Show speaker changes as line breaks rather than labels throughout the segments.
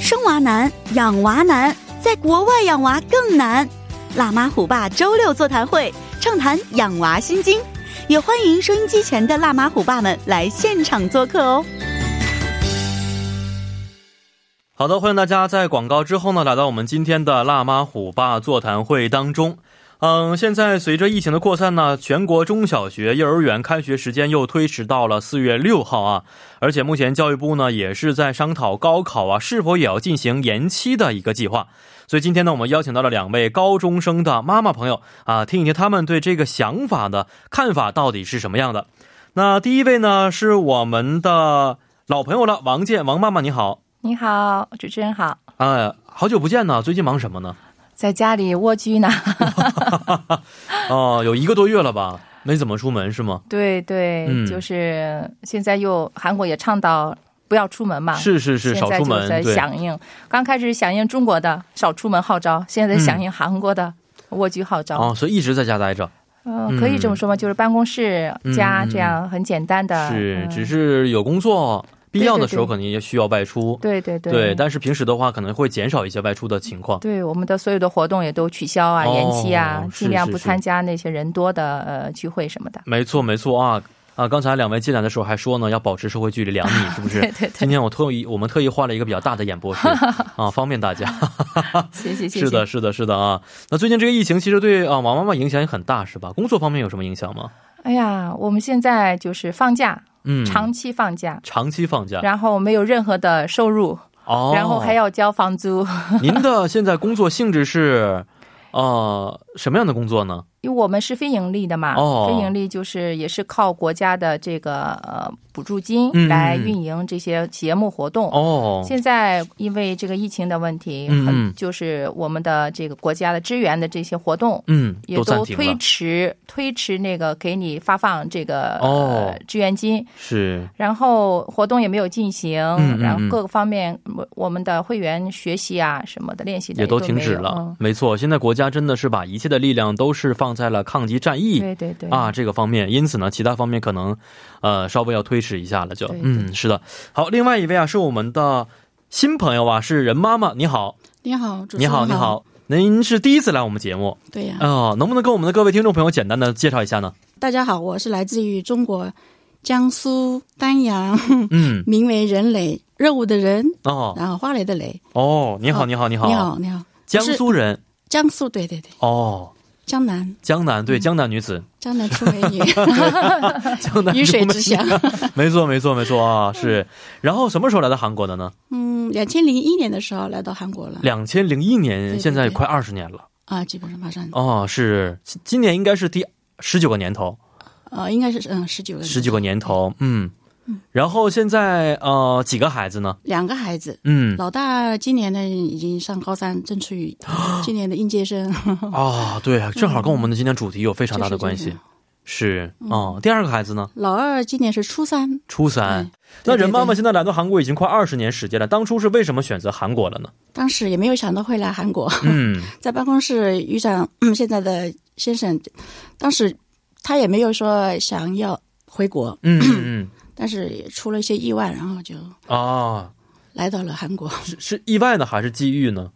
生娃难，养娃难，在国外养娃更难。辣妈虎爸周六座谈会，畅谈养娃心经，也欢迎收音机前的辣妈虎爸们来现场做客哦。
好的，欢迎大家在广告之后呢，来到我们今天的辣妈虎爸座谈会当中。嗯，现在随着疫情的扩散呢，全国中小学、幼儿园开学时间又推迟到了四月六号啊。而且目前教育部呢也是在商讨高考啊是否也要进行延期的一个计划。所以今天呢，我们邀请到了两位高中生的妈妈朋友啊，听一听他们对这个想法的看法到底是什么样的。那第一位呢是我们的老朋友了，王健，王妈妈你好。
你好，主持人好，
哎，好久不见呢，最近忙什么 呢？
在家里蜗居 呢。
哦，有一个多月了吧，没怎么出门是吗？
对对、
嗯
就是现在又韩国也倡导不要出门嘛，
是是是，
啊现
少
在
出
就
门
在
对。
响应，刚开始响应中国的少出门号召，现在在
嗯
响应韩国的蜗居号召。
哦，所以一直在家待着，
嗯、可以这么说吗？就是办公室、家
嗯
这样很简单的。
是，
嗯
只是有工作必要的时候，
对对对
可能也需要外出。
对对嗯对
但是平时的话，可能会减少一些外出的情况。
对我们的所有的活动也都取消啊、
哦
延期啊，
是
尽量
是
不
是
参加那些人多的呃聚会什么的。
没错，没错啊啊！刚才两位进来的时候还说呢，要保持社会距离两米， 是不是？
对对对
今天我特意我们特意换了一个比较大的演播 室啊，方便大家。
谢谢谢谢。
是的，是的，是的啊。那最近这个疫情其实对啊王妈妈影响也很大，是吧？工作方面有什么影响吗？
哎呀，我们现在就是放假，
嗯，
长期放假，
长期放假，
然后没有任何的收入，
哦，
然后还要交房租。
您的现在工作性质是，呃，什么样的工作呢？
因为我们是非盈利的嘛，
哦
非盈利就是也是靠国家的这个呃补助金
嗯嗯嗯
来运营这些节目活动。
哦，
现在因为这个疫情的问题，
嗯嗯
很就是我们的这个国家的支援的这些活动
嗯，
也
都暂
都
停
推
了，
迟推迟那个给你发放这个
哦
呃支援金，
是，
然后活动也没有进行，
嗯嗯
然后
嗯
各个方面，我我们的会员学习啊什么的练习的
也都
没
停止
有
了。
嗯
没错，现在国家真的是把一切的力量都是放在了抗击战役
对对对
啊，这个方面，因此呢，其他方面可能，呃，稍微要推迟一下了就，
对对
嗯，是的。好，另外一位啊，是我们的新朋友啊，是任妈妈，你好，
你好，主持
你
人
好，你。好。您是第一次来我们节目
对呀、
嗯
哦，能不能跟我们的各位听众朋友简单的介绍一下呢？
大家好，我是来自于中国江苏丹阳，
嗯，
名为任磊，任务的任，
哦
然后花蕾的蕾。
哦，你好，
哦
你好，你好，
你好，你好，
江苏人
江苏，对对对，
哦，
江南，
江南
嗯
对江南女 子，
江南出 美女，
江南
鱼水
中
之嗯乡。
美， 没错没错没错啊是。然后什么时候来到韩国的呢？
嗯，两千零一年的时候来到韩国了
两千零一年，
对
现在
对
快二十年了
啊，基本上马上，
哦，是今今年应该是第十九个年头，
呃，应该是嗯十九个，
十九个年，头，嗯。然后现在呃几个孩子呢？
两个孩子。
嗯
老大今年呢已经上高三，正 处于今年的应届生，
啊、对，正好跟我们的今天主题有非常大的
就是
关
这嗯
系
样。
是哦，第二个孩子呢，
老二今年是初三，
初三。
对
那任
对
妈妈
对
现在来到韩国已经快二十年时间了，当初是为什么选择韩国了呢？
当时也没有想到会来韩国。
嗯，
在办公室遇上嗯现在的先生，当时他也没有说想要回国，
嗯嗯
但是也出了一些意外，然后就
嗯啊，
来到了韩 国。
是是意外呢，还是机遇呢？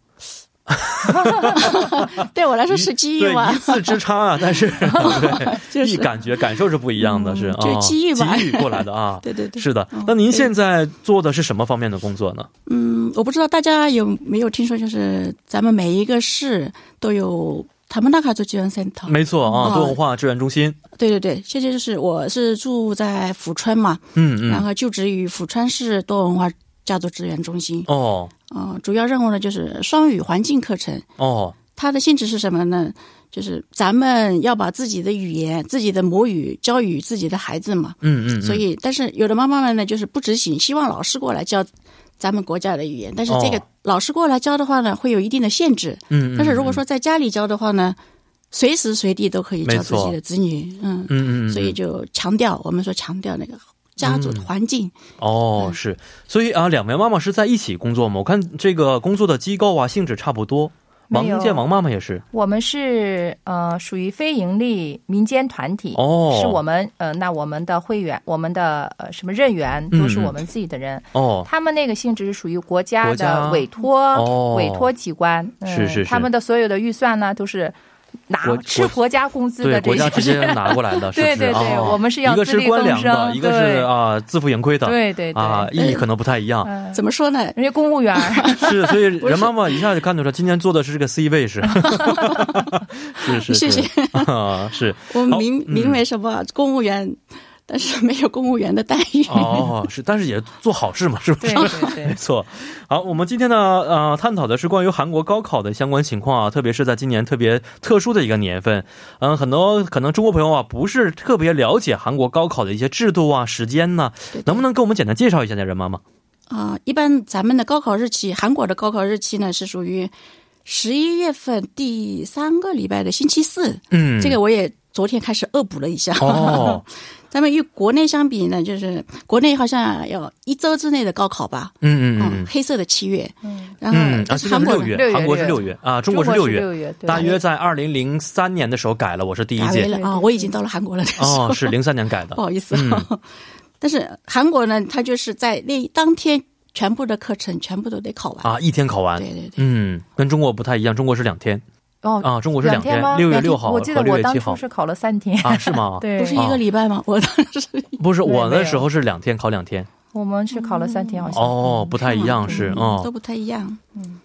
对我来说是机遇吧
对，一，字之差啊，但 是对，
就
一
是
感觉感受是不一样的，是啊，
就是机遇吧。
机遇过来的啊
对对对，
是的
嗯，
那您现在做的是什么方面的工作呢？
嗯，我不知道大家有没有听说，就是咱们每一个市都有他们那卡做支援 center。
没错啊，
哦
多文化支援中心。
对对对，现在就是我是住在富川嘛，
嗯
然
嗯，
后就职于富川市多文化家族支援中心。
哦
嗯、主要任务呢就是双语环境课程。
哦，
它的性质是什么呢？就是咱们要把自己的语言、自己的母语教育自己的孩子嘛。
嗯嗯，嗯
所以，但是有的妈妈们呢，就是不执行，希望老师过来教咱们国家的语言。但是这个
哦
老师过来教的话呢，会有一定的限制。
嗯，嗯
但是如果说在家里教的话呢，随时随地都可以
没
教自
错
己的子女。嗯，
嗯嗯嗯，
所以就强调，我们说强调那个家族的环境。
哦
嗯
是，所以啊，两位妈妈是在一起工作吗？我看这个工作的机构啊，性质差不多。
没有
王健王妈妈也是
我们是呃属于非盈利民间团体，
哦
是我们呃那我们的会员、我们的呃什么任员
嗯
都是我们自己的人，
哦，
他们那个性质是属于国家
国家
的委托、
哦
委托机关，嗯、
是是是
他们的所有的预算呢都是拿
国
吃
国
国家工资
对
的
国
这
家
些，
直接 拿过来的，是不是？
对对对
哦
我们是要
一个
自
是
力
官
更
粮的，
生
一个
对
是啊自负盈亏的，
对对对
啊意义可能不太一样。
嗯，
怎么说呢？
人家公务员儿，
是，所以任妈妈一下就看出来，今天坐的是这个 C 位是， 是是
谢
是
谢
啊，是
我
好
名名为什么公务员，但是没有公务员的待遇。
哦是，但是也做好事嘛，是不
对
是？
对
没
对，
错，好，我们今天呢，呃，探讨的是关于韩国高考的相关情况啊，特别是在今年特别特殊的一个年份，嗯，很多可能中国朋友啊不是特别了解韩国高考的一些制度啊、时间呢、能不能给我们简单介绍一下呢，任妈妈？
啊、一般咱们的高考日期，韩国的高考日期呢是属于十一月份第三个礼拜的星期四。
嗯，
这个我也昨天开始恶补了一下。
哦，
咱们与国内相比呢，就是国内好像要一周之内的高考吧。啊
嗯嗯嗯
黑色的七月，
嗯，
然后、
嗯，啊，
但
现在
是韩
是
国
六
人
月，
六月
韩国是
六
六
月
月啊，中
中
国是
六
六月，
月，对
大约在二零零三年的时候改了，我是第一
打围
届
了啊！我已经到了韩 国了，但是、
哦，是零三年改 的嗯
不，好意思、但是韩国呢，它就是在那当天全部的课程全部都得考完。
啊，一天考完
对，对对，
嗯，跟中国不太一样，中国是两天
哦，
啊，中国是
两
天
吗？，
六月
两天
六号
我记得
和六
我
月
当
七
初
号
是考了三天，
啊，是吗？，
对，
不是一个礼拜吗？我当时
不是
没
我
没
那
有
时候是两天考两天，
我嗯们是考了三天，好像。
哦，不太一样是
嗯都
哦，
不太一样。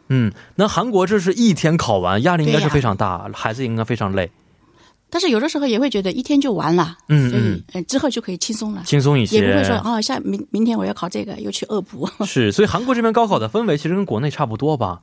嗯，那韩国这是一天考完，压力应该是
对呀
非常大，孩子应该非常累，
但是有的时候也会觉得一天就完了，
嗯
所
嗯
以，呃之后就可以轻松了，
轻松一
也不会
些
说。啊，下明明天我要考这个，又去恶补。
是，所以韩国这边高考的氛围其实跟国内差不多吧？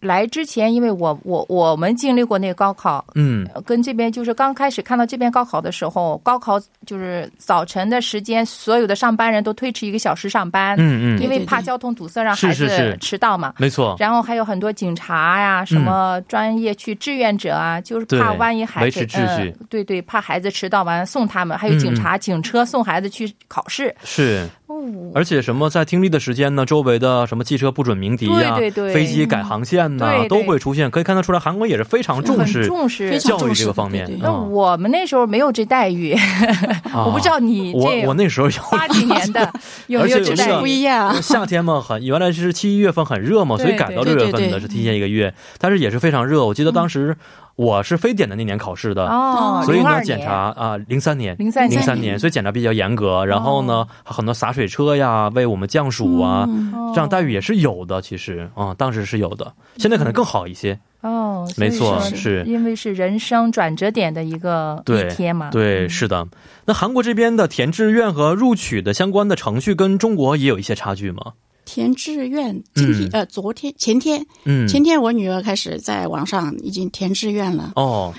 来之前，因为我我我们经历过那个高考，
嗯，
呃跟这边就是刚开始看到这边高考的时候，高考就是早晨的时间，所有的上班人都推迟一个小时上班，
嗯嗯，
因为
对对
怕
对
交通堵塞，让
是
孩
是是
子迟到嘛。
没错，
然后还有很多警察呀、什么专业去志愿者啊，就是怕
嗯对
万一孩
维
子
持秩序嗯
呃，对对，怕孩子迟到完送他们，还有警察、警车送孩子去考试。
是。
哦，
而且什么在听力的时间呢，周围的什么汽车不准鸣笛呀、
对对对
飞机改航线呐、
嗯对对
都会出现。可以看得出来，韩国也是非常重
很
视
重视
非。常
教育这个方面。
重视
那
嗯
我们那时候没有这待遇，
啊
我不知道你这
我我那时候有。
八几年的有没有
而且
这
我那
待
个
遇
不？一样啊。
夏天嘛，很原来是七一月份很热嘛，所以
对
改到
对
六月份
对
的，
对
是提前一个月，但是也是非常热。我记得当时我是非典的那年考试的，
哦，
呃所以
02
呢
年
检查啊，零三年，
03
零
年
三年，所以检查比较严格。然后呢，很多洒水车呀，为我们降暑啊，
嗯
哦
这样待遇也是有的，其实啊、当时是有的，现在可能更好一些。
哦，所
没
以
错，
说
是，
因为是人生转折点的一个
对
一天嘛，
对，是的。那韩国这边的填志愿和录取的相关的程序跟中国也有一些差距吗？
填志愿，今天、
嗯
呃，昨天前天
嗯，
前天我女儿开始在网上已经填志愿了，
哦，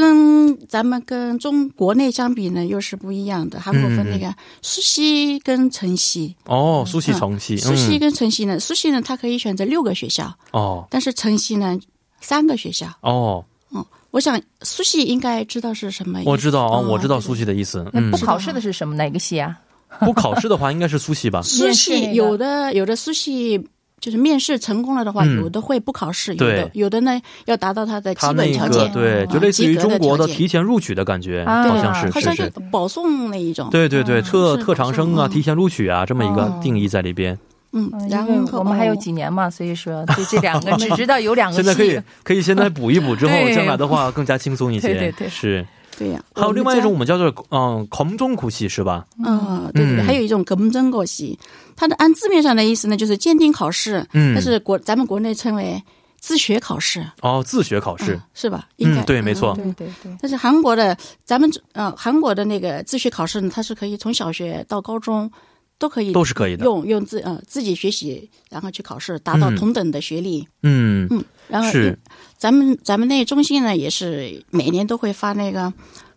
跟咱们跟中国内相比呢又是不一样的。韩国分
嗯
那个苏西跟城西，
哦，苏西城西，
苏西
嗯，
跟城西呢，苏西呢它可以选择六个学校，
哦
但是城西呢三个学校。
哦，
我想苏西应该知道是什么意思。
我知道啊、
嗯
我知道
对对
苏西的意思。
那
嗯
不，考试的是什么？哪个系啊？
不考试的话应该是苏西吧？
苏
面试那
西
个
有的有的苏西就是面试成功了的话，
嗯
有的会不考试，有
对
的有的呢要达到他的
他
基
那
本条
个
件，啊
对，
嗯
就类似于
及格
中
的
国的
条件
提前录取的感觉，
啊
好像是，
好
是
像
是
是。保送那一种。
对对对，特
是
特长生啊，
嗯
提前录取啊，这么一个
哦
定义在里边。
嗯
嗯，
然
因为
后
我们还有几年嘛，所以说对这两个只知道有两个
现
系。
在可以 可以现在补一补， 之后
对
将来的话更加轻松一些。
对对对
是。
对呀，
还有
我们
另外一
家
种，我们叫做嗯，狂中苦系是吧？
嗯，对对
嗯
对，还有一种格真过西，它的按字面上的意思呢，就是鉴定考试，
嗯
但是国咱们国内称为自学考试，
哦，自学考试
嗯。是吧？应该
嗯，对，没错。
对对对，
但是韩国的，咱们呃，韩国的那个自学考试呢，它是可以从小学到高中都可以
都是可以的
用用自呃自己学习，然后去考试，达到
嗯
同等的学历。
嗯，
然后
是
咱们咱们那中心呢，也是每年都会发那个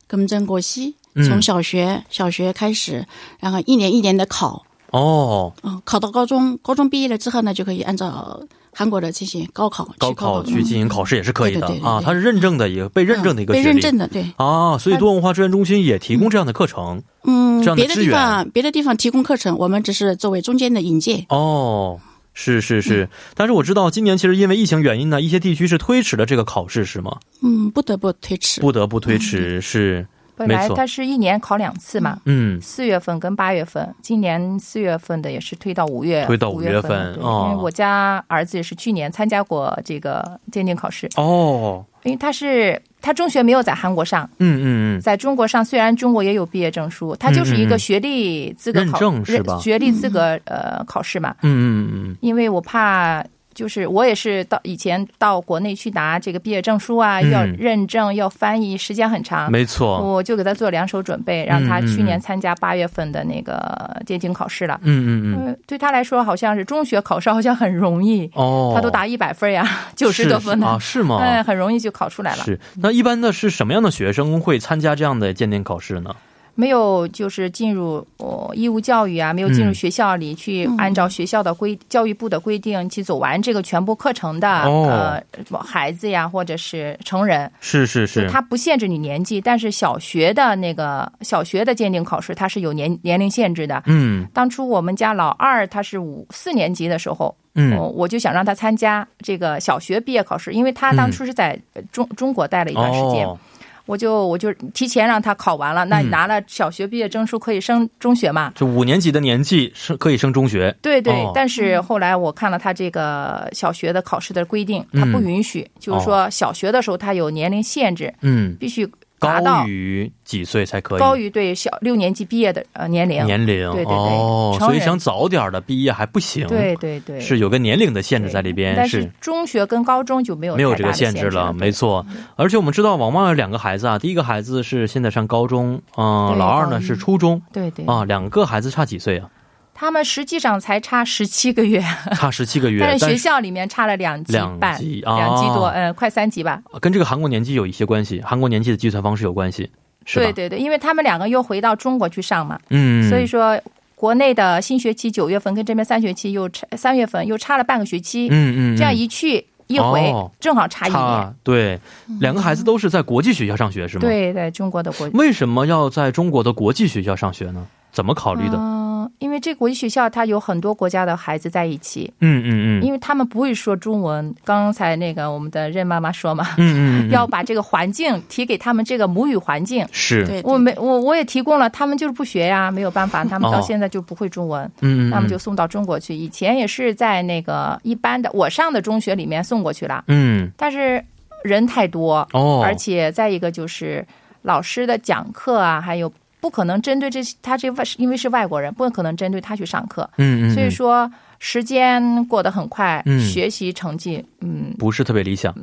根正国西，
嗯
从小学小学开始，然后一年一年的考，
哦，
嗯、考到高中，高中毕业了之后呢，就可以按照韩国的这些高考
高
去考
考
嗯
去进行考试也是可以的
对对对对
啊，
对
它是认证的一个被认证的一个
嗯被
学
认
历。
证的，对，
啊，所以多文化志愿中心也提供这样的课程、
嗯
这样，的
别
资
地
源
方别的地方提供课程，我们只是作为中间的引介。
哦。是是是、
嗯
但是我知道今年其实因为疫情原因呢，一些地区是推迟了这个考试，是吗？
嗯，不得不推迟。
不得不推
嗯
迟，是，
本
没
来
错
它是一年考两次嘛，
嗯，
四月份跟八月份，今年四月份的也是推到五月，
推到5
五
月份
份，对
哦
因为我家儿子也是去年参加过这个鉴定考试，
哦，
因为他是他中学没有在韩国上，
嗯嗯嗯，
在中国上虽然中国也有毕业证书，它就是一
嗯嗯
个
嗯
学历资格
认
考
证是
认
吧
学历资格呃考试嘛，
嗯嗯嗯
因为我怕。就是我也是到以前到国内去拿这个毕业证书啊，
嗯
要认证，要翻译，时间很
嗯，
长。
没错，
我就给他做两手准备，让他
嗯嗯
去年
嗯
参加八月份的那个电竞考试了。
嗯嗯嗯，
嗯，对他来说好像是中学考试好像很容易，
哦，
他都打一百分呀，九十多
是是
分
啊，
呢，
是吗？
哎，很容易就考出来了。
是，那一般的是什么样的学生会参加这样的鉴定考试呢？
没有就是进入哦义务教育啊，没有进入
嗯
学校里去按照学校的规、教育部的规定去走完这个全部课程的、
哦
呃什么孩子呀，或者是成人，
是是，
就是它不限制你年纪，但是小学的那个小学的鉴定考试它是有年年龄限制的。
嗯
当初我们家老二他是五四年级的时候，我
嗯，
我就想让他参加这个小学毕业考试，因为他当初是在呃中、中国待了一段时间，
嗯哦，
我就我就提前让他考完了，那
嗯
拿了小学毕业证书可以升中学嘛？
就五年级的年纪是可以升中学，
对对，
哦
但是后来我看了他这个小学的考试的规定，
嗯哦
他不允许，就是说小学的时候他有年龄限制，
嗯，
必须达
高
到
于几岁才可以？
高于对小六年级毕业的呃年龄。
年龄
对对对
哦，
成人
所以想早点的毕业还不行，
对对对，
是有个年龄的限制在里边，
但是中学跟高中就没有
没有
太
这
大
个
的
限制了，
了，
没错。而且我们知道，王旺有两个孩子啊，第一个孩子是现在上高中，嗯、
对
老二呢
高一
是初中
对对
啊，两个孩子差几岁 啊？
他们实际上才差十七个月，
差十七个 月，
但是
但
学
是
校里面差了两级
两
半，
级啊
两级多，嗯，快三级吧。
跟这个韩国年纪有一些关系，韩国年纪的计算方式有关系，是吧？
对对对，因为他们两个又回到中国去上嘛，
嗯，
所以说国内的新学期九月份跟这边三学期又差三月份又差了半个学期，
嗯嗯，嗯
这样一去一回、
哦
正好差一年。嗯
差对，两个孩子都是在国际学校上学是吗？，
对，在中国的国
为什么要在中国的国际学校上学呢？怎么考虑的？
嗯、因为这国际学校它有很多国家的孩子在一起，
嗯嗯嗯
因为他们不会说中文。刚才那个我们的任妈妈说嘛，
嗯嗯，嗯
要把这个环境提给他们这个母语环境。
是，
对，
我没我我也提供了，他们就是不学呀，没有办法，他们到
哦
现在就不会中文，
嗯嗯，
那么就送到中国去。以前也是在那个一般的我上的中学里面送过去了，
嗯
但是人太多，
哦，
而且再一个就是老师的讲课啊，还有不可能针对这他这外因为是外国人，不可能针对他去上课，
嗯嗯，
所以说时间过得很快，
嗯
学习成绩嗯
不是特别理 想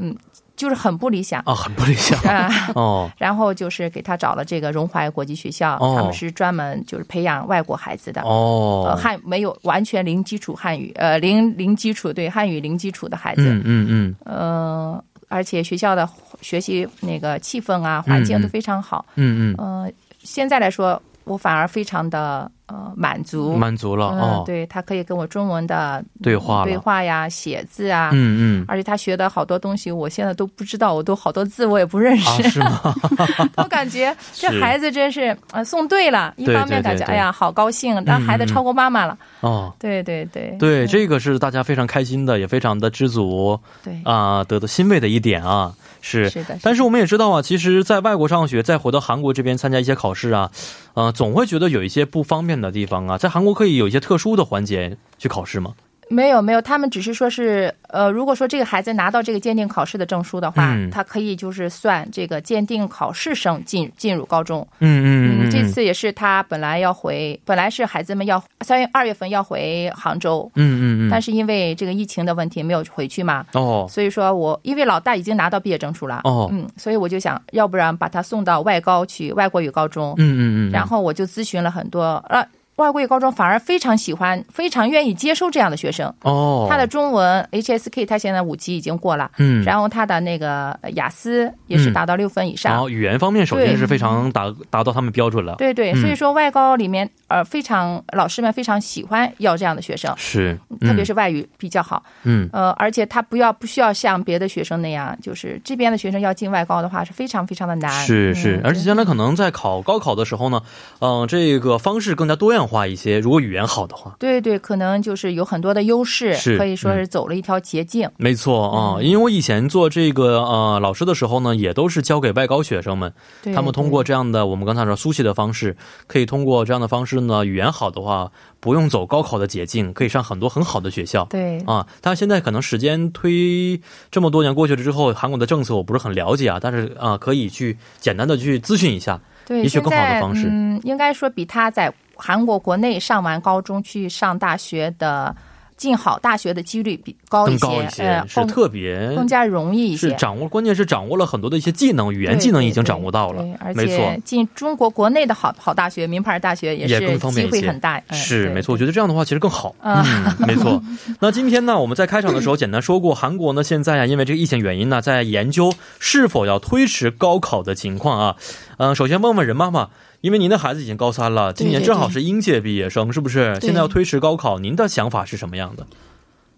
就是很不理想
啊，很不理想
啊。
哦，
然后就是给他找了这个荣怀国际学校，
哦
他们是专门就是培养外国孩子的。呃，
哦，
汉没有完全零基础汉语，呃，零零基础对汉语零基础的孩子，
嗯嗯嗯
呃，而且学校的学习那个气氛啊，环境都非常好。
嗯
呃，现在来说，我反而非常的呃满足。
嗯，满足了
嗯、
哦，
对他可以跟我中文的嗯
对话
对
了，
话呀、写字啊，
嗯嗯
而且他学的好多东西，我现在都不知道，我都好多字我也不认识。
啊，是吗？
我感觉这
是
孩子真是呃送对了，一
对
方面
对
感觉
对
哎呀好高兴，当孩子超过妈妈了，
哦，
对对 对
对，这个是大家非常开心的，也非常的知足
对
啊，得到欣慰的一点啊，是。
是的，
但是我们也知道啊，其实，在外国上学，再回到韩国这边参加一些考试啊，呃，总会觉得有一些不方便的地方啊。在韩国可以有一些特殊的环节去考试吗？
没有没有，他们只是说是呃，如果说这个孩子拿到这个鉴定考试的证书的话，
嗯
他可以就是算这个鉴定考试生进进入高中。
嗯
这次也是他本来要回，本来是孩子们要三月二月份要回杭州，
嗯嗯嗯，
但是因为这个疫情的问题没有回去嘛，
哦
所以说我因为老大已经拿到毕业证书了，
哦，
嗯，所以我就想要不然把他送到外高去外国语高中，
嗯嗯嗯，
然后我就咨询了很多，呃，外国语高中反而非常喜欢，非常愿意接收这样的学生。
哦，
他的中文 HSK 他现在五级已经过了，
嗯，
然后他的那个呃雅思也是达到六分以
然
上。
哦后语嗯言方面，首先
对
是非常达达到他们标准了。
对对，
嗯
所以说外高里面呃非常老师们非常喜欢要这样的学生，
是，
特别是外语比较好。
嗯，
呃，而且他不要不需要像别的学生那样，就是这边的学生要进外高的话是非常非常的难。
嗯是是
嗯，
呃而且将来可能在考高考的时候呢，嗯、这个方式更加多样泛化一些，如果语言好的话。
对对，可能就是有很多的优势，
是嗯
可以说是走了一条捷径。
没错啊、
嗯
因为我以前做这个呃老师的时候呢，也都是教给外高学生们，
对
他们通过这样的我们刚才说苏系的方式，可以通过这样的方式呢，语言好的话，不用走高考的捷径，可以上很多很好的学校。
对
啊，但是现在可能时间推这么多年过去了之后，韩国的政策我不是很了解啊，但是啊、可以去简单的去咨询一下。
对，
也许
现
更好的
在
方式
嗯，应该说比他在韩国国内上完高中去上大学的进好大学的几率比高一
更
些，
高一些，
呃，
是
更
特别
更加容易一
是
些。
掌握，关键是掌握了很多的一些技能，语言技能已经掌握到了
对对，
没
对而
错
且。进中国国内的好好大学、名牌大学
也
是
更方便
机
一些
会很大，
哎
嗯
是
对
没错，我觉得这样的话其实更好。
啊
嗯，没错。 那今天呢，我们在开场的时候简单说过，韩国呢现在啊，因为这个疫情原因呢，在研究是否要推迟高考的情况啊。嗯、首先问问任妈妈，因为您的孩子已经高三了，今年
对对
正好是应届毕业生，是不是？
对
现在要推迟高考，您的想法是什么样的？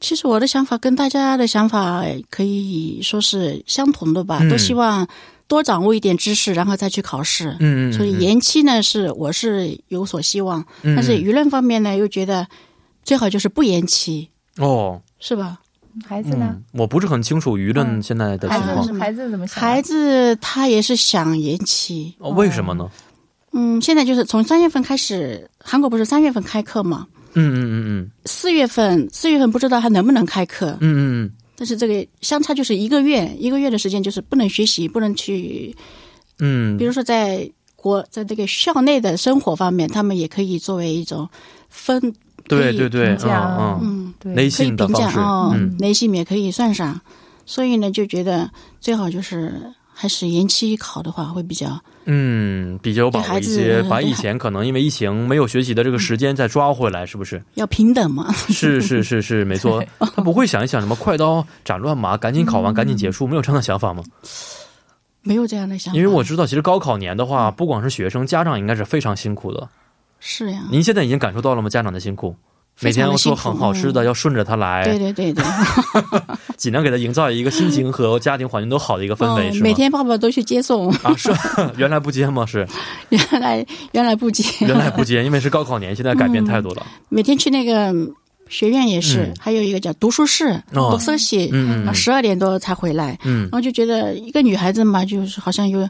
其实我的想法跟大家的想法可以说是相同的吧，
嗯
都希望多掌握一点知识，然后再去考试。
嗯，
所以延期呢，是我是有所希望，
嗯
但是舆论方面呢，又觉得最好就是不延期，
哦，
是吧？
孩子呢，
嗯，我不是很清楚舆论
嗯
现在的情
孩
况
子
是吗
孩子怎么想啊？
孩子他也是想延期，
哦，为什么呢？
嗯，现在就是从三月份开始，韩国不是三月份开课嘛？
嗯嗯嗯嗯。
四月份，四月份不知道还能不能开课，
嗯嗯
但是这个相差就是一个月，一个月的时间就是不能学习，不能去
嗯
比
嗯，
如说在国在这个校内的生活方面，他们也可以作为一种分，
对对对，
评价
嗯嗯，
嗯，
对
内
可以
心的
评
方
价
式，
哦
嗯，
内心也可以算上。所以呢，就觉得最好就是还是延期考的话会比较
嗯，比较有把握一些，把以前可能因为疫情没有学习的这个时间再抓回来，是不 是？
要平等嘛。
是是是是，没错，他不会想一想什么快刀斩乱麻，赶紧考完赶紧结束，
嗯
没有这样的想法吗？
没有这样的想法，
因为我知道，其实高考年的
嗯
话，不光是学生，家长应该是非常辛苦的。
是呀，
您现在已经感受到了吗？家长的辛苦。每天要做很好吃的，要顺着他
对
来，
对 对对，
尽量给他营造一个心情和家庭环境都好的一个氛围，
哦
是吗
每？天爸爸都去接送，
啊，是 原来不接吗？ 是
原来原来不接，
原来不接，因为是高考年，现在改
嗯
变太多了。
每天去那个学院也是，
嗯
还有一个叫读书室，
哦
多休息，
嗯嗯嗯
十二点多才回来，
嗯
然，后就觉得一个女孩子嘛，就是好像有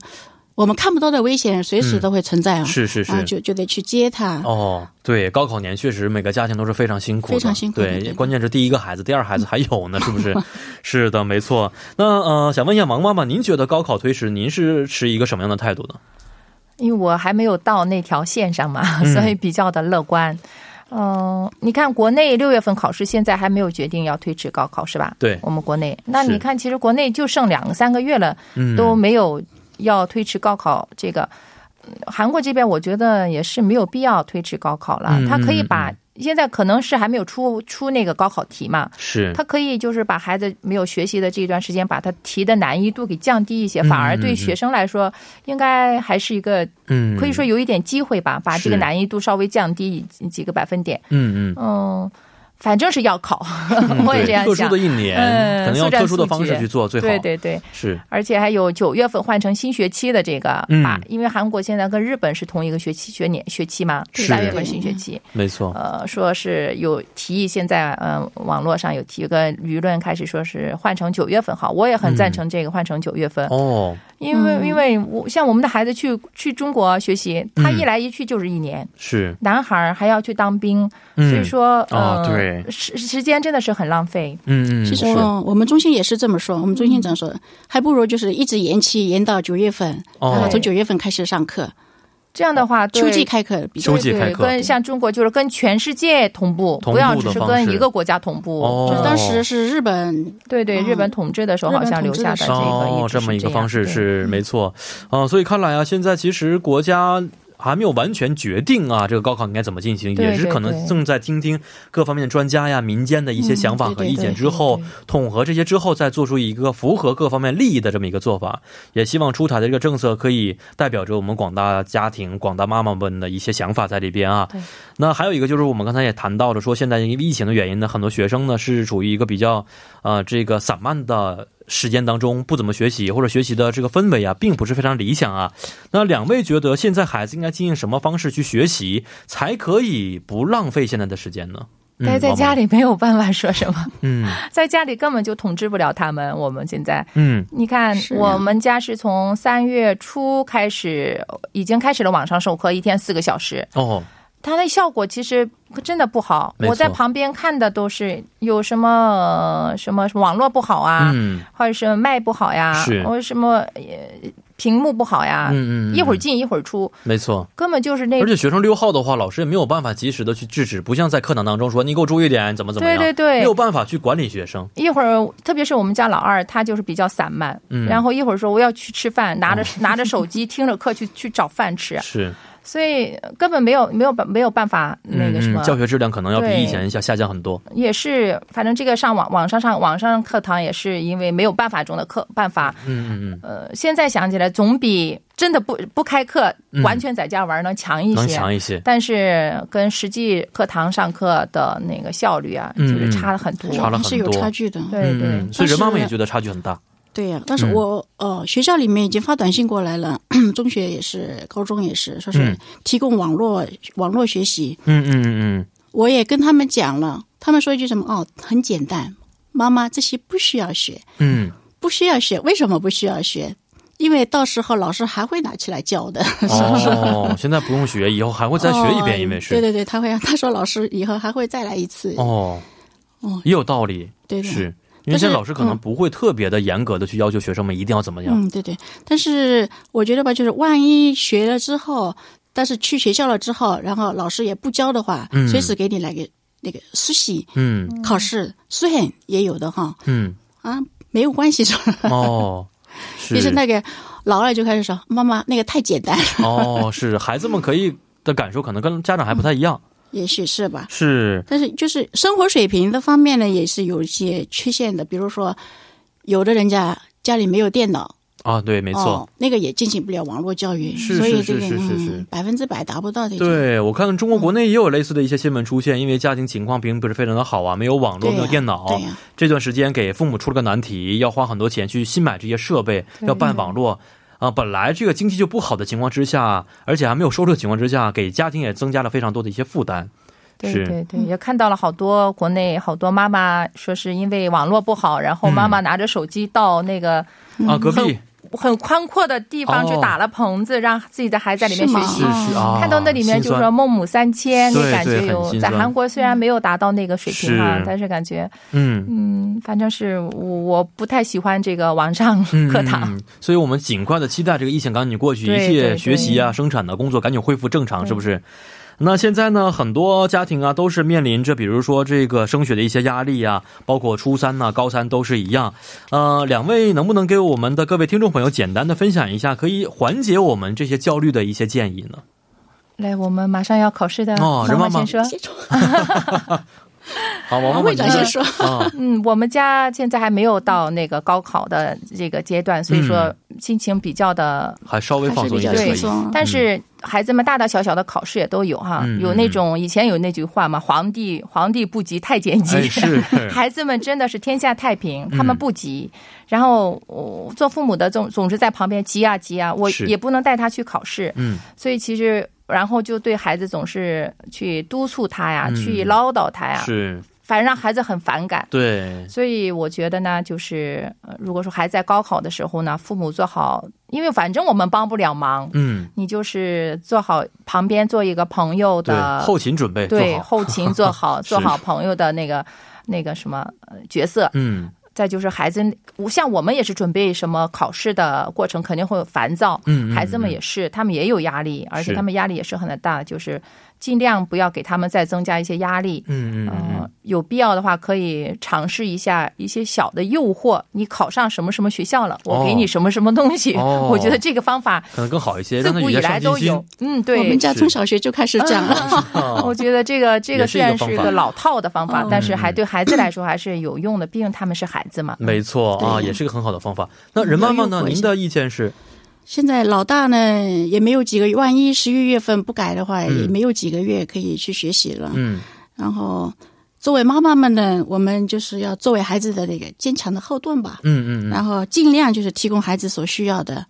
我们看不到的危险，随时都会存在啊，
嗯是是是
然后，就就得去接
嗯
她。
哦，对，高考年确实每个家庭都是非常辛苦的，
非常辛苦的
对，
对
关键是第一个孩子，第二 孩子还有呢，是不是？ 是的，没错。那呃，想问一下王妈妈，您觉得高考推迟，您是持一个什么样的态度呢？
因为我还没有到那条线上嘛，
嗯
所以比较的乐观。嗯、你看国内六月份考试，现在还没有决定要推迟高考是吧？
对，
我们国内，那
是
你看，其实国内就剩两三个月了，
嗯，
都没有要推迟高考这个。嗯韩国这边我觉得也是没有必要推迟高考了
嗯，
他可以
嗯
把
嗯
现在可能是还没有出出那个高考题嘛，
是
他可以就是把孩子没有学习的这一段时间，把他题的难易度给降低一些，反而
嗯嗯
对
嗯
学生来说，应该还是一个
嗯，
可以说有一点机会吧，把这
是
个难易度稍微降低几几个百分点。
嗯嗯
嗯，反正是要考，
嗯，
我也这样
对特
想
殊的。一年，
嗯
可能要
速战
特殊的
速
方式
决
去做最好，
对对对，
是，
而且还有九月份换成新学期的这个
嗯
把，因为韩国现在跟日本是同一个学期学年学期嘛，
是嗯
三月份新学期，
没错，
呃，说是有提议，现在嗯、呃网络上有提个舆论开始说是换成九月份好，我也很赞成这个换成九月份，
哦，
因为
嗯
因为我像我们的孩子去去中国学习，他
嗯
一来一去就是一年，
是，
男孩儿还要去当兵，
嗯，
所以说
啊
呃，
对
时时间真的是很浪费。
嗯嗯，
其实
是嗯
我我们中心也是这么说，我们中心这样说，还不如就是一直延期，延到九月份，然后
哦
从九月份开始上课，
这样的话，对
秋季开课比较
秋季开
对，
课
跟像中国就是跟全世界同步，
同步的
不要只是
方式
跟一个国家同步。
哦
就是嗯
当时是日本
对对，
哦
日本统治的时候好像留下的这个
哦，
一直是这
么一个
样
方式
对嗯
是没错啊、所以看来啊，现在其实国家。还没有完全决定啊，这个高考应该怎么进行，
对
也是可能
对对
正在听听各方面的专家呀、民间的一些想法
嗯
和
对对
意见之后，
对对
统合这些之后，再做出一个符合各方面利益的这么一个做法。也希望出台的这个政策可以代表着我们广大家庭、广大妈妈们的一些想法在里边啊
对。
那还有一个就是我们刚才也谈到了，说现在因为疫情的原因呢，很多学生呢是处于一个比较呃这个散漫的时间当中不怎么学习，或者学习的这个氛围啊，并不是非常理想啊。那两位觉得现在孩子应该进行什么方式去学习，才可以不浪费现在的时间呢？嗯
待在家，里没有办法说什么，
王蒙嗯
在家里根本就统治不了他们。我们现在，
嗯，
你看，
是啊
我们家是从三月初开始，已经开始了网上授课，一天四个小时，
哦，
它的效果其实真的不好。
没错
我在旁边看的都是有什么呃什么什么网络不好啊，
嗯
或者是麦不好呀，
是
或者什么呃屏幕不好呀，
嗯嗯，
啊一会儿
嗯
进一会儿出，
没错。
根本就是那
而且学生溜号的话，老师也没有办法及时的去制止，不像在课堂当中说你给我注意点，怎么怎么样，
对对对
没有办法去管理学生。
一会儿，特别是我们家老二，他就是比较散漫，
嗯
然后一会儿说我要去吃饭，拿着、 拿着手机听着课去去找饭 吃，
是，
所以根本没有没有办没有办法那个什么，
嗯教学质量可能要比
对
以前下下降很多。
也是反正这个上网网上上网上课堂也是因为没有办法中的课办法，
嗯嗯
呃，现在想起来总比真的不不开课
嗯
完全在家玩能强一
嗯，能
些。
强一些，
但是跟实际课堂上课的那个效率啊，
嗯
就是差了很多。
差了很多
是有差距的。
对
嗯
对，
嗯，所以人妈妈
但是
也觉得差距很大。
对呀、但是
嗯
我、呃，学校里面已经发短信过来了，中学也是，高中也是，说是
嗯
提供网络网络学习。
嗯嗯嗯
我也跟他们讲了，他们说一句什么哦，很简单，妈妈这些不需要学，
嗯，
不需要学，为什么不需要学？因为到时候老师还会拿起来教的。 哦
嗯哦，现在不用学，以后还会再学一
哦
遍，因为
对
是
对对，他会，他说老师以后还会再来一次。
哦
哦，
也有道理，
对的，
是。因为现在老师可能
嗯
不会特别的严格的去要求学生们一定要怎么样，
嗯，对对。但是我觉得吧，就是万一学了之后，但是去学校了之后，然后老师也不教的话，
嗯
随时给你来个那个实习、
嗯
考试、虽然也有的哈
嗯，
啊，没有关系 是吧？
哦，是
就是那个老二就开始说：“妈妈，那个太简单了。
哦，是孩子们可以的感受可能跟家长还不太一样，”
也许是吧。
是，
但是就是生活水平的方面呢，也是有一些缺陷的。比如说，有的人家家里没有电脑，
啊，对，没错。
哦，那个也进行不了网络教育，
是
所以
是
这
是
个
是是是
嗯、百分之百达不到这种。
对，我看中国国内也有类似的一些新闻出现，因为家庭情况并不是非常的好啊，没有网络，
对呀
没有电脑，
对啊呀、
这段时间给父母出了个难题，要花很多钱去新买这些设备，要办网络。啊、本来这个经济就不好的情况之下，而且还没有收入的情况之下，给家庭也增加了非常多的一些负担。
对
是
对对，也看到了好多国内好多妈妈说是因为网络不好，然后妈妈拿着手机到那个
啊，
嗯
隔壁
很宽阔的地方去
哦
打了棚子，让自己的孩子在里面
是
学
吗
是
习。
是啊，
看到那里面就是说
心酸
孟母三迁，
对
那感觉
对
有
很心
在
酸
韩国虽然没有达到那个水平啊
是，
但是感觉
嗯，
嗯，反正是我我不太喜欢这个网上课堂。
嗯所以我们尽快的期待这个疫情赶紧过去，
啊对
一
对
切
对
学习啊、生产的工作赶紧恢复正常，是不是？那现在呢，很多家庭啊都是面临着，比如说这个升学的一些压力啊，包括初三呐、高三都是一样。呃，两位能不能给我们的各位听众朋友简单的分享一下，可以缓解我们这些焦虑的一些建议呢？
来，我们马上要考试的
哦任妈妈
先说，
接着
好，王妈妈
会
你
长先说。
啊，
嗯，我们家现在还没有到那个高考的这个阶段，所以
嗯
说心情比较的
还稍微
还
放
是
松一
比较
点可
轻
以。
松。
但是孩子们大大小小的考试也都有哈，
嗯
有那种以前有那句话嘛，“皇帝皇帝不急太监急”
哎，是 嗯
孩子们真的是天下太平，他们不急。然后、我做父母的总总是在旁边急啊急啊，我
是
也不能带他去考试，
嗯，
所以其实。然后就对孩子总是去督促他呀，
嗯
去唠叨他呀，
是，
反正让孩子很反感。
对，
所以我觉得呢，就是、呃、如果说还在高考的时候呢，父母做好，因为反正我们帮不了忙，
嗯，
你就是做好旁边做一个朋友
对，
啊
的
后勤准备做
对
好，
后勤做 好
是
做好朋友的那个那个什么呃角色。
嗯
再就是孩子，我像我们也是准备什么考试的过程，肯定会有烦躁。
嗯，嗯
孩子们
嗯
也是，他们也有压力，而且
是
他们压力也是很大，就是尽量不要给他们再增加一些压力。
嗯嗯嗯
呃，有必要的话可以尝试一下一些小的诱惑。你考上什么什么学校了，我给你什么什么东西。
哦
我觉得这个方法
可能更好一些，
自
让他有
古以
些
来
上进
都有
心。。
嗯，
我
对
们，家
是
从小学就开始这样了。
啊
我觉得这个这
也
个
是一
虽
个
然
方
是一
法
个老套的方法
嗯，
但是还对孩子来说还是有用的，毕竟他们是孩子嘛。
没错啊，
对
也是一个很好的方法。那任妈妈
要
呢？
诱惑一下
您的意见是？
现在老大呢也没有几个月，万一十一月份不改的话，
嗯
也没有几个月可以去学习了。
嗯
然后作为妈妈们呢，我们就是要作为孩子的那个坚强的后盾吧，
嗯嗯嗯，
然后尽量就是提供孩子所需要的，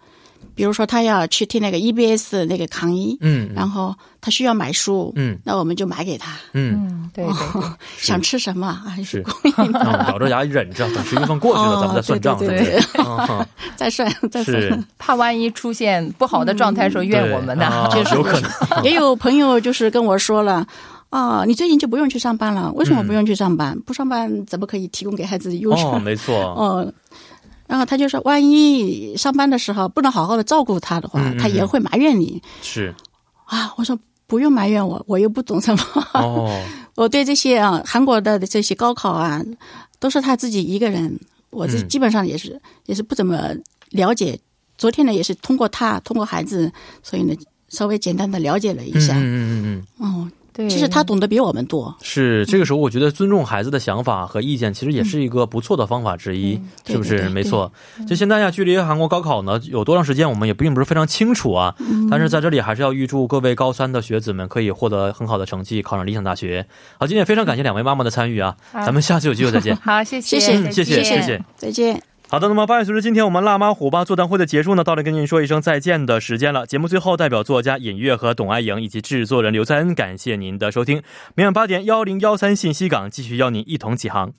比如说他要去听那个 EBS 那个抗议，
嗯
然后他需要买书，
嗯
那我们就买给他，
嗯，
嗯，
哦
对对对，
想吃什么啊，
是
供应
那我们咬着牙忍着，等十月份过去了，咱们再算账，
哦对
是不
对
是
对？
嗯
再算再
是
算。
怕万一出现不好的状态的时
嗯
候怨我们
对
呢
啊。
就是
有可能，
也有朋友就是跟我说了。啊、你最近就不用去上班了？为什么不用去上班？不上班怎么可以提供给孩子优
嗯哦，
秀？
没错，
哦，然后他就说，万一上班的时候不能好好的照顾他的话，
嗯嗯
他也
嗯
会埋怨你
是
啊。我说不用埋怨我，我又不懂什么。
哦，
我对这些啊，韩国的这些高考啊，都是他自己一个人，我这
嗯
基本上也是、也是不怎么了解。昨天呢，也是通过他，通过孩子，所以呢，稍微简单的了解了一
嗯
下。
嗯嗯嗯嗯。
哦，
对，
其实他懂得比我们多。
是，这个时候我觉得尊重孩子的想法和意见，其实也是一个不错的方法之一，
对
是不
嗯对
是？
对嗯
没错。就现在呀，距离韩国高考呢有多长时间，我们也并不是非常清楚啊。
嗯
但是在这里还是要预祝各位高三的学子们可以获得很好的成绩，考上理想大学。好，今天也非常感谢两位妈妈的参与啊，
好。
咱们下次有机会再见
好，谢
谢谢
嗯，谢谢，
再见
谢谢。
再见。
好的，那么伴随着今天我们辣妈虎爸座谈会的结束呢，到了跟您说一声再见的时间了。节目最后，代表作家尹月和董爱颖以及制作人刘在恩，感谢您的收听。明晚八点幺零幺三信息港继续邀您一同起航。